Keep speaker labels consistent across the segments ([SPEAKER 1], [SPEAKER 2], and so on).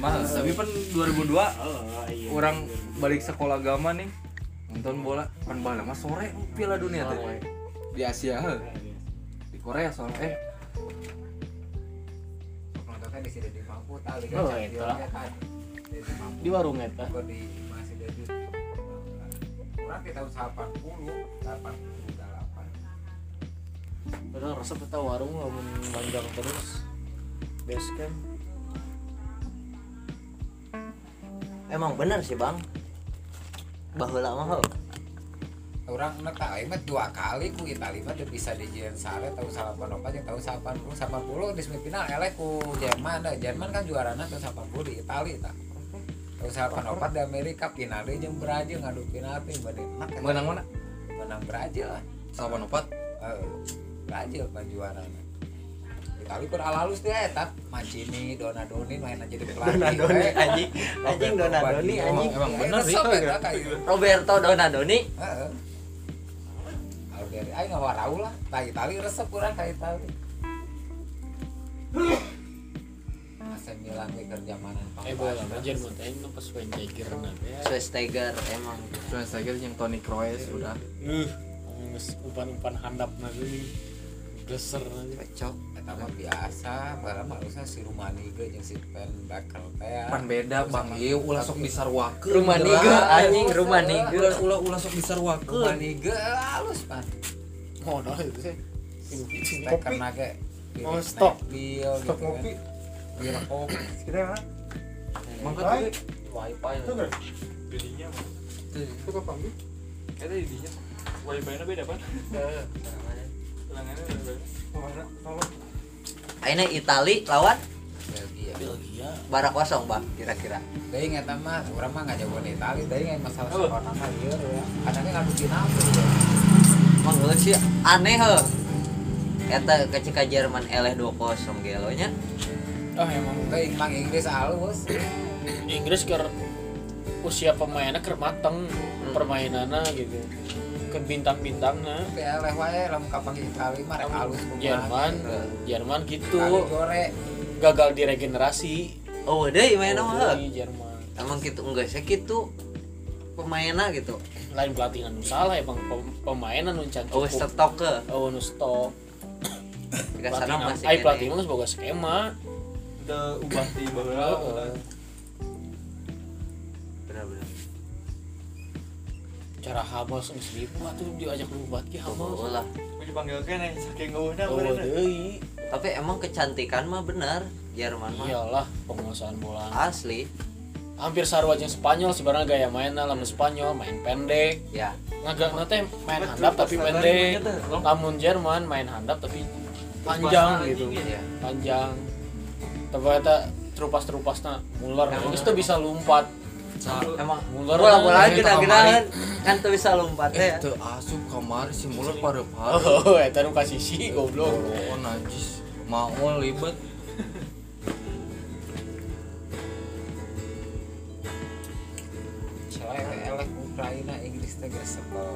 [SPEAKER 1] mah tapi kan pan 2002
[SPEAKER 2] Oh, iya.
[SPEAKER 1] orang balik sekolah agama nih nonton bola pan bala mah sore oh, Piala Dunia
[SPEAKER 3] ya?
[SPEAKER 1] teh
[SPEAKER 2] Sore.
[SPEAKER 1] di Asia heuh.
[SPEAKER 2] Nah, iya.
[SPEAKER 1] di Korea soalnya eh
[SPEAKER 4] Nontonnya di sini di Mampu, tahu di
[SPEAKER 2] Oh,
[SPEAKER 4] Kaca, di
[SPEAKER 2] itu.
[SPEAKER 4] Orangnya kan. Di Mampu.
[SPEAKER 2] Di warung
[SPEAKER 3] ah?
[SPEAKER 2] eta.
[SPEAKER 4] Gua di masih jadi. Kurang di tahun 80, 88.
[SPEAKER 2] Padahal resep eta warung lamun panjang terus. Base camp.
[SPEAKER 3] Emang bener sih bang Baheula mah heuh.
[SPEAKER 4] orang neta aing mah dua kali ku Itali mah teu bisa di Jen Sare tahun 84 jeung tahun 80 80 di semifinal eleh ku Jerman da Jerman kan juarana tahun 80 di Itali tah tahun 84 di Amerika finale jeung Brazil ngadu penalti bade enak kan?
[SPEAKER 1] menang mana
[SPEAKER 4] menang Brazil lah
[SPEAKER 1] sama nopat
[SPEAKER 4] Eh, Brazil kan Ya, juarana Itali pun alalus deh eta eh, Mancini Donadoni main aja di pelatih Eh,
[SPEAKER 3] Donadoni
[SPEAKER 4] we.
[SPEAKER 3] anjing Anjing
[SPEAKER 4] Roberto
[SPEAKER 3] Donadoni anjing
[SPEAKER 4] Baggio.
[SPEAKER 1] Emang
[SPEAKER 4] Eh,
[SPEAKER 1] bener sih,
[SPEAKER 4] resep
[SPEAKER 1] Kak,
[SPEAKER 4] eta
[SPEAKER 1] ya?
[SPEAKER 4] kayu.
[SPEAKER 3] Roberto Donadoni
[SPEAKER 4] Heeh. Algeri aing ngawarau lah, tai tali resep kurang tai tali. Masa bilang ke kerja mana?
[SPEAKER 2] Eh bola mah Jerman teh nu pas nah, poin jager na teh.
[SPEAKER 3] Swesteger emang
[SPEAKER 1] Schweinsteiger yang Toni Kroos udah
[SPEAKER 2] Eh, anu geus umpan-umpan handap na geuning. Geser nah, ya. na geuning.
[SPEAKER 3] Pecok
[SPEAKER 4] Eta mah biasa, barang mah usah si Rumaniga jeung si Pen Bakel teh.
[SPEAKER 1] pan beda bang oh, ieu ulah sok disarwakeun
[SPEAKER 3] Rumaniga
[SPEAKER 1] jelas.
[SPEAKER 3] anjing Rumaniga
[SPEAKER 1] ulah ulah ulah sok disarwakeun
[SPEAKER 4] Rumaniga halus pan.
[SPEAKER 2] Modal itu teh.
[SPEAKER 4] Stek karena ge.
[SPEAKER 2] Oh, stok.
[SPEAKER 4] Bil, gitu
[SPEAKER 5] Stok
[SPEAKER 4] kan.
[SPEAKER 5] ngopi.
[SPEAKER 4] Bil kopi.
[SPEAKER 5] Kita yang mana?
[SPEAKER 1] mangkat
[SPEAKER 5] Hai.
[SPEAKER 1] we.
[SPEAKER 3] Wifi Eh,
[SPEAKER 5] Itu enggak?
[SPEAKER 6] jadinya mah
[SPEAKER 5] Itu kapan? Bi?
[SPEAKER 6] itu jadinya wifi nya beda
[SPEAKER 3] Eh,
[SPEAKER 6] pan Telangannya beda
[SPEAKER 5] Mana? Tolong.
[SPEAKER 3] Akhirnya Itali lawan
[SPEAKER 4] Belgia.
[SPEAKER 2] Belgia.
[SPEAKER 3] Barak kosong bang kira-kira
[SPEAKER 4] Deing eta mah urang mah ngajauan Itali, deing aya masalah
[SPEAKER 6] Oh.
[SPEAKER 4] corona mah ieu ya. Kadang ge ngadu penalti. ya.
[SPEAKER 3] Emang heuh sih aneh heuh. Eta ketika Jerman eleh 2-0 gelonya
[SPEAKER 2] Ah emang
[SPEAKER 4] Deing mang Inggris halus.
[SPEAKER 2] Inggris ke usia pemainnya ke mateng permainannya gitu ke nah. bintang-bintangnya
[SPEAKER 4] Ya leh wae lamun kapang Itali mah rek alus kumaha.
[SPEAKER 2] Jerman
[SPEAKER 4] Teu.
[SPEAKER 2] Jerman gitu
[SPEAKER 4] Kali gore
[SPEAKER 2] gagal diregenerasi
[SPEAKER 3] Oh deh mainnya mah heuh.
[SPEAKER 2] Di Jerman
[SPEAKER 3] Emang gitu enggak sih gitu pemainnya gitu
[SPEAKER 2] lain pelatihan nu salah ya bang Pem- pemainan nu can
[SPEAKER 3] Oh
[SPEAKER 2] cukup
[SPEAKER 3] stok ke
[SPEAKER 2] oh nu stop
[SPEAKER 3] Jika
[SPEAKER 2] pelatih
[SPEAKER 3] sana masih
[SPEAKER 2] ay pelatih anu mah sebagai skema
[SPEAKER 6] the ubah di baheula
[SPEAKER 2] Heeh.
[SPEAKER 3] Bener-bener
[SPEAKER 2] cara habos geus dibuat tuh diajak lubat ki
[SPEAKER 3] Oh,
[SPEAKER 2] habos
[SPEAKER 3] lah
[SPEAKER 6] aku dipanggil kene saking eueuhna
[SPEAKER 2] oh
[SPEAKER 1] iya.
[SPEAKER 6] bener
[SPEAKER 2] deui
[SPEAKER 3] Tapi emang kecantikan mah bener Jerman mah
[SPEAKER 1] Iya.
[SPEAKER 2] iyalah penguasaan bola
[SPEAKER 3] asli
[SPEAKER 2] hampir sarua jeung Spanyol sebenarnya gaya mainnya lamun Spanyol main pendek
[SPEAKER 3] ya
[SPEAKER 2] Ngagak nanti main handap tapi pendek.
[SPEAKER 3] gitu.
[SPEAKER 2] Lamun Jerman main handap tapi panjang gitu.
[SPEAKER 3] ya
[SPEAKER 2] Panjang. Tapi eta terupas-terupasna Muller. Geus teu bisa lumpat. gitu.
[SPEAKER 3] emang
[SPEAKER 2] Muller.
[SPEAKER 3] Nah, bola bola
[SPEAKER 1] Eta
[SPEAKER 3] kita
[SPEAKER 1] kamari.
[SPEAKER 3] kita kan tuh bisa lompat
[SPEAKER 1] eh
[SPEAKER 3] ya
[SPEAKER 1] teu asup kamari si Muller pare pare
[SPEAKER 2] Oh, eta nu kasisi goblok.
[SPEAKER 1] oh najis mau libet
[SPEAKER 4] celek we elek Ukraina Inggris teh geus sebel.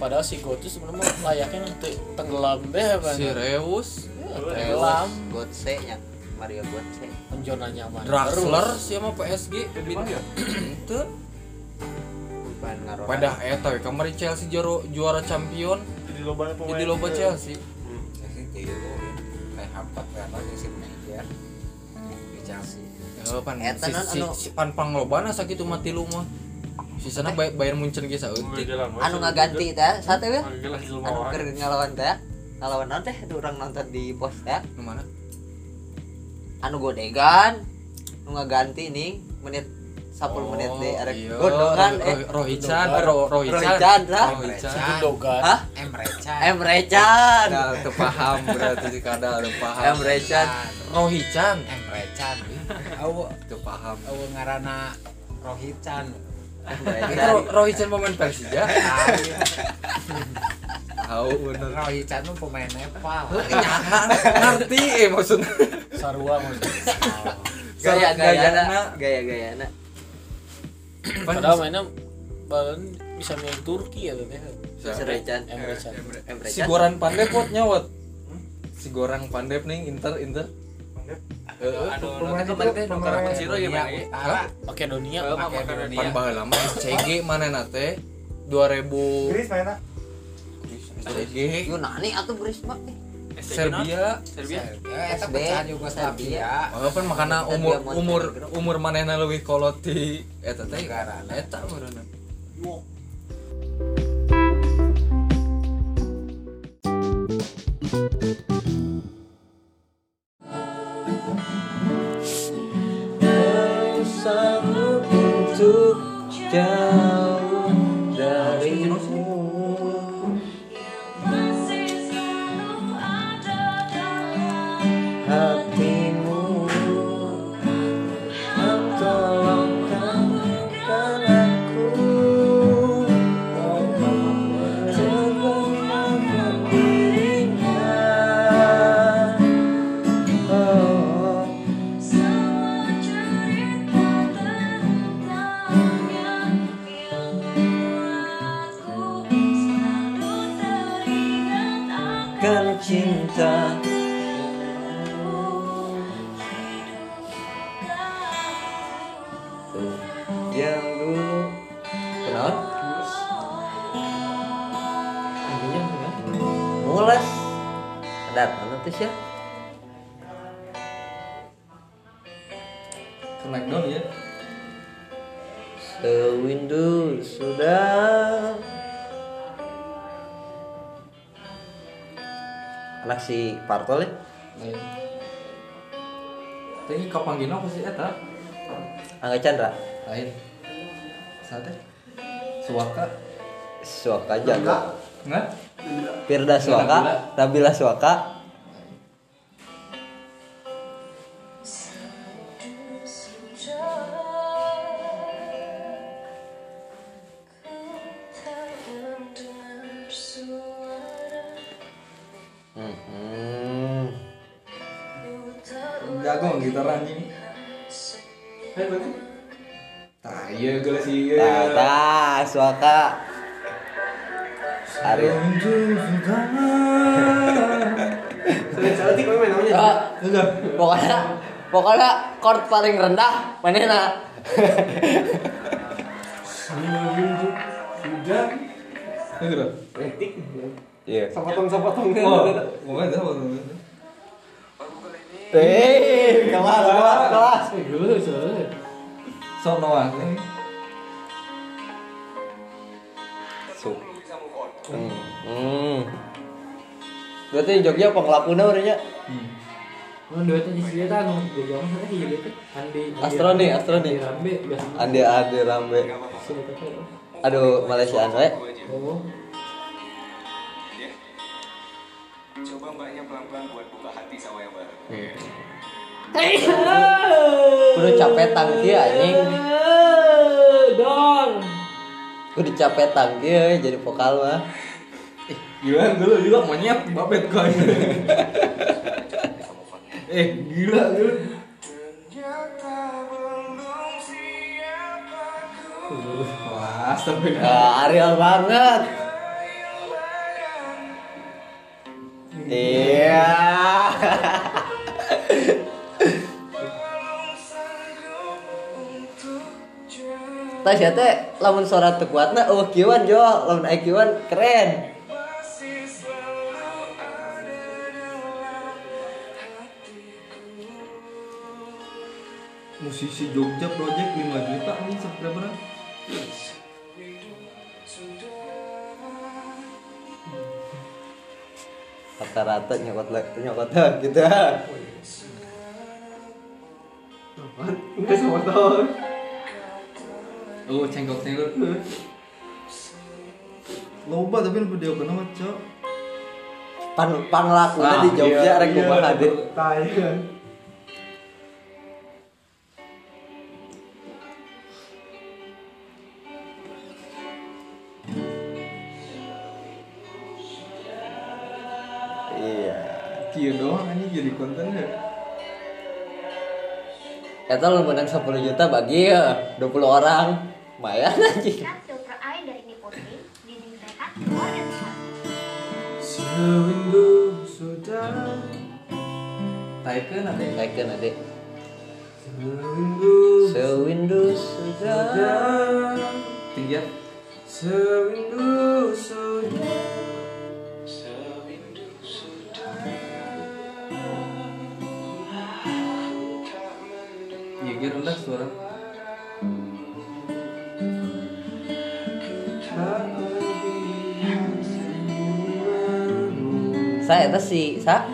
[SPEAKER 2] Padahal si Gotu sebenarnya mah layaknya nanti tenggelam deh kan.
[SPEAKER 1] si Reus
[SPEAKER 2] Ya,
[SPEAKER 3] Elam
[SPEAKER 2] Tenggelam.
[SPEAKER 3] Gotse nya Mario Gotse
[SPEAKER 2] Penjona nyaman.
[SPEAKER 1] Draxler
[SPEAKER 2] Terus.
[SPEAKER 1] sih sama PSG
[SPEAKER 6] di mana ya
[SPEAKER 1] itu
[SPEAKER 3] bukan ngaruh
[SPEAKER 1] pada eta we kamari Chelsea jaro- juara champion
[SPEAKER 6] jadi loba pemain
[SPEAKER 1] jadi loba Chelsea
[SPEAKER 4] Jadi tilu teh hampat kana jeung si Niger. Di Chelsea.
[SPEAKER 1] Eh, pan
[SPEAKER 3] Eta
[SPEAKER 1] si,
[SPEAKER 3] non
[SPEAKER 1] si,
[SPEAKER 3] anu-
[SPEAKER 1] si pan panglobana sakitu mah tilu mah sisana bay, Bayern Munchen ge saeutik
[SPEAKER 3] anu ngaganti teh sate we
[SPEAKER 6] Gelas jelema
[SPEAKER 3] anu
[SPEAKER 6] wae.
[SPEAKER 3] keur ngalawan teh ngalawan naon teh Aduh, urang nonton di pos teh
[SPEAKER 1] nu mana
[SPEAKER 3] anu godegan nu ngaganti nih menit 10 menit deh ada
[SPEAKER 1] Oh, iya.
[SPEAKER 3] godokan
[SPEAKER 1] Ro-
[SPEAKER 3] eh
[SPEAKER 1] Ro- Rohican
[SPEAKER 2] Gundogan.
[SPEAKER 1] Ro- Rohican
[SPEAKER 3] Rohican, lah.
[SPEAKER 1] Rohican
[SPEAKER 2] Gundogan.
[SPEAKER 3] hah
[SPEAKER 4] Emre Can.
[SPEAKER 3] Emre Can
[SPEAKER 1] kadal teu paham berarti si kadal teu paham
[SPEAKER 3] Emre Can
[SPEAKER 1] Rohican
[SPEAKER 4] Emre Can. Awu
[SPEAKER 1] teu paham
[SPEAKER 4] awu ngaranna Rohit Can.
[SPEAKER 3] Emre
[SPEAKER 1] Itu
[SPEAKER 3] Can
[SPEAKER 1] Ro- Rohican pemain Persija tahu bener
[SPEAKER 4] Rohit Can nu pemain Nepal.
[SPEAKER 1] Nyahan, ngerti eh maksudnya
[SPEAKER 2] Sarua maksudnya.
[SPEAKER 3] gaya gayana
[SPEAKER 1] Gayana.
[SPEAKER 3] gaya gayana
[SPEAKER 2] Padahal mainnya balon bisa main Turki ya teh.
[SPEAKER 3] Emre Can
[SPEAKER 2] Emre Can.
[SPEAKER 3] Emre
[SPEAKER 1] si
[SPEAKER 3] Can
[SPEAKER 1] Goran Pandep pot nyawat si Gorang Pandep nih Inter Inter Heeh.
[SPEAKER 4] penting
[SPEAKER 1] perkara kecil lagi,
[SPEAKER 4] dunia
[SPEAKER 1] Bang, ya. Iya.
[SPEAKER 4] utara
[SPEAKER 2] Makedonia
[SPEAKER 6] Kalau
[SPEAKER 4] pakai
[SPEAKER 6] makan
[SPEAKER 1] Pan
[SPEAKER 6] dia.
[SPEAKER 1] baheula mah SCG mana na teh 2000
[SPEAKER 5] Gris mainnya.
[SPEAKER 1] SCG
[SPEAKER 3] Yunani atau Greece mah eh.
[SPEAKER 1] Serbia
[SPEAKER 6] Serbia.
[SPEAKER 4] Eh, eta pecahan Yugoslavia
[SPEAKER 1] walaupun makana umur umur umur manehna leuwih kolot di eta teh
[SPEAKER 4] Negara.
[SPEAKER 1] eta urang
[SPEAKER 7] Kan cinta
[SPEAKER 3] yang dulu Iya, kenal
[SPEAKER 1] Iya,
[SPEAKER 3] mulas datang nanti sih
[SPEAKER 1] ke McDonald ya
[SPEAKER 3] sewindu sudah anak si Partol ya
[SPEAKER 1] teh kapanggina apa sih eta
[SPEAKER 3] Angga Chandra
[SPEAKER 1] lain sate suaka
[SPEAKER 3] Suaka jago
[SPEAKER 1] nggak
[SPEAKER 3] Firda Suaka Nabila Suaka hmm.
[SPEAKER 1] jago gitar anjing eh berarti tah iya gelas iya
[SPEAKER 3] Tata Suaka Arif
[SPEAKER 6] Cantik memang namanya.
[SPEAKER 3] Ah, pokoknya pokoknya chord paling rendah manena
[SPEAKER 1] Enggak.
[SPEAKER 3] iya
[SPEAKER 1] Oh,
[SPEAKER 6] Sapotong-sapotong.
[SPEAKER 1] mau enggak mau enggak.
[SPEAKER 3] eh kelas kelas kelas
[SPEAKER 1] Sok Noah. nih.
[SPEAKER 3] Sup. Hmm. hmm. Berarti Jogja pengelapuna orangnya
[SPEAKER 1] Hmm.
[SPEAKER 3] anu, kan gitu. Astroni, Astroni. Andi Iya, Andi Rambe. Aduh, Malaysia we.
[SPEAKER 8] Coba mbaknya pelan-pelan buat buka hati sama yang baru.
[SPEAKER 3] Kudu capetan kieu anjing. Eh,
[SPEAKER 2] Dong.
[SPEAKER 3] Kudu capetan kieu jadi vokal mah.
[SPEAKER 1] Gila dulu juga monyet babet gua. eh, gila lu. Wah, sampai
[SPEAKER 3] Ah, Ariel banget. Iya. Tah sia teh lamun suara teu kuatna IQ-an jo, lamun IQ-an keren.
[SPEAKER 1] musisi Jogja project 5 juta ini sampai berapa?
[SPEAKER 3] Rata-rata nyokot le- nyokot le, gitu.
[SPEAKER 6] Enggak sapotong.
[SPEAKER 1] Oh, cengkok cengkok. Loba tapi lebih dia kenapa, Cok?
[SPEAKER 3] Pan pan lakuna
[SPEAKER 1] Ah,
[SPEAKER 3] di Jogja
[SPEAKER 1] iya,
[SPEAKER 3] rek kumaha deh.
[SPEAKER 5] Tayang.
[SPEAKER 3] Iya.
[SPEAKER 1] Kieu doang anjing jadi konten ya.
[SPEAKER 3] Eta lu menang 10 juta bagi ya, 20 orang. Mayan anjing.
[SPEAKER 7] Sikat filter air dari Nipotin, dinding sehat, keluar dan sehat.
[SPEAKER 1] Sewindu sudah
[SPEAKER 5] Taikeun ada.
[SPEAKER 3] Taikeun ade. Sewindu sudah
[SPEAKER 5] Tiga. Iya, Gir, rendah suara.
[SPEAKER 3] Saya eta si sa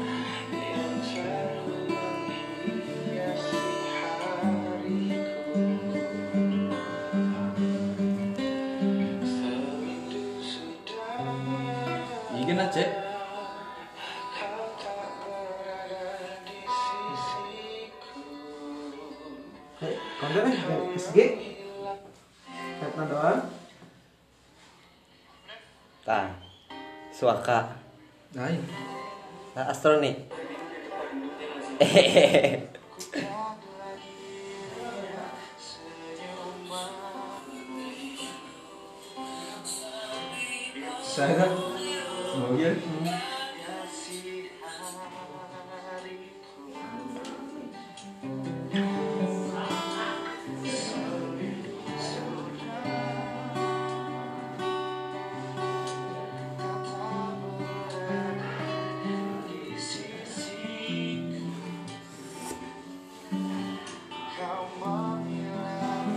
[SPEAKER 5] Iya, Gir, nah, cek.
[SPEAKER 1] Kontennya SG. Kata doang.
[SPEAKER 3] Tah. Suaka.
[SPEAKER 5] Nah, iya.
[SPEAKER 3] Nah, Astro nih.
[SPEAKER 5] Saya kan. Oh, Gir.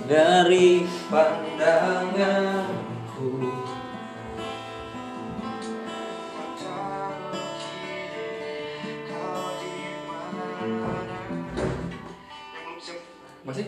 [SPEAKER 3] Dari pandanganku
[SPEAKER 5] Masih?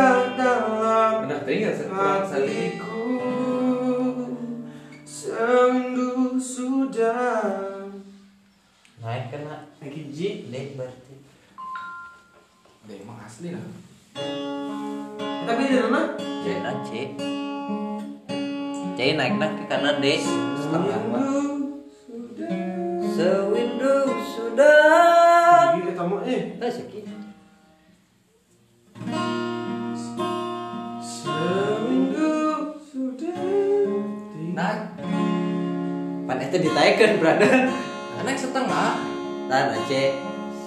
[SPEAKER 5] Rendah tadi nggak? Kurang satu.
[SPEAKER 3] Naik kena
[SPEAKER 1] Lagi Ji.
[SPEAKER 3] Dek berarti
[SPEAKER 5] Udah emang asli lah.
[SPEAKER 1] Tapi di mana?
[SPEAKER 3] Jadi na C Jadi naik naik ke kanan D
[SPEAKER 5] Setengah mah.
[SPEAKER 3] Sewindu sudah
[SPEAKER 1] Lagi ketemu eh.
[SPEAKER 3] Eh sekian
[SPEAKER 1] Seminggu sudah. Nah,
[SPEAKER 5] Naik.
[SPEAKER 3] Pan itu ditaikan brother
[SPEAKER 5] Naik setengah.
[SPEAKER 3] Tanah C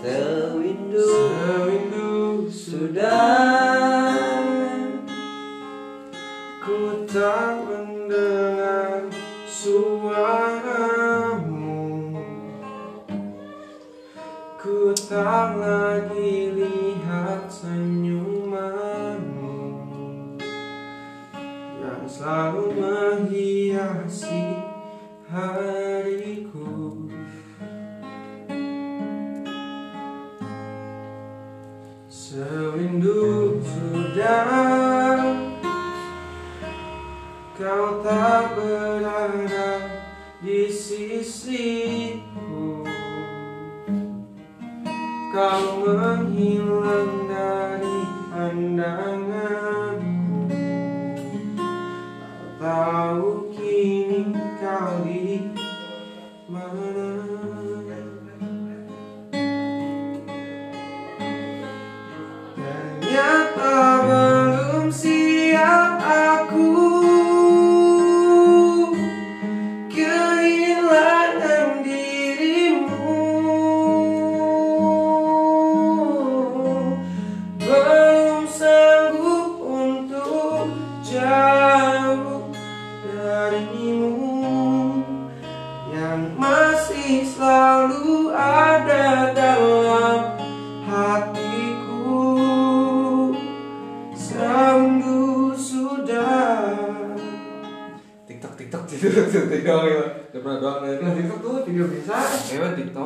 [SPEAKER 3] Sewindu
[SPEAKER 1] seminggu
[SPEAKER 3] sudah
[SPEAKER 1] ku tak mendengar suaramu. Ku tak lagi lihat senyumanmu yang selalu menghiasi hariku. Sewindu sudah kau tak berada di sisiku Kau menghilang dari pandanganku Tak Tahu kini kau di mana TikTok ya. Udah pernah doang dari TikTok tuh video bisa. Ya TikTok.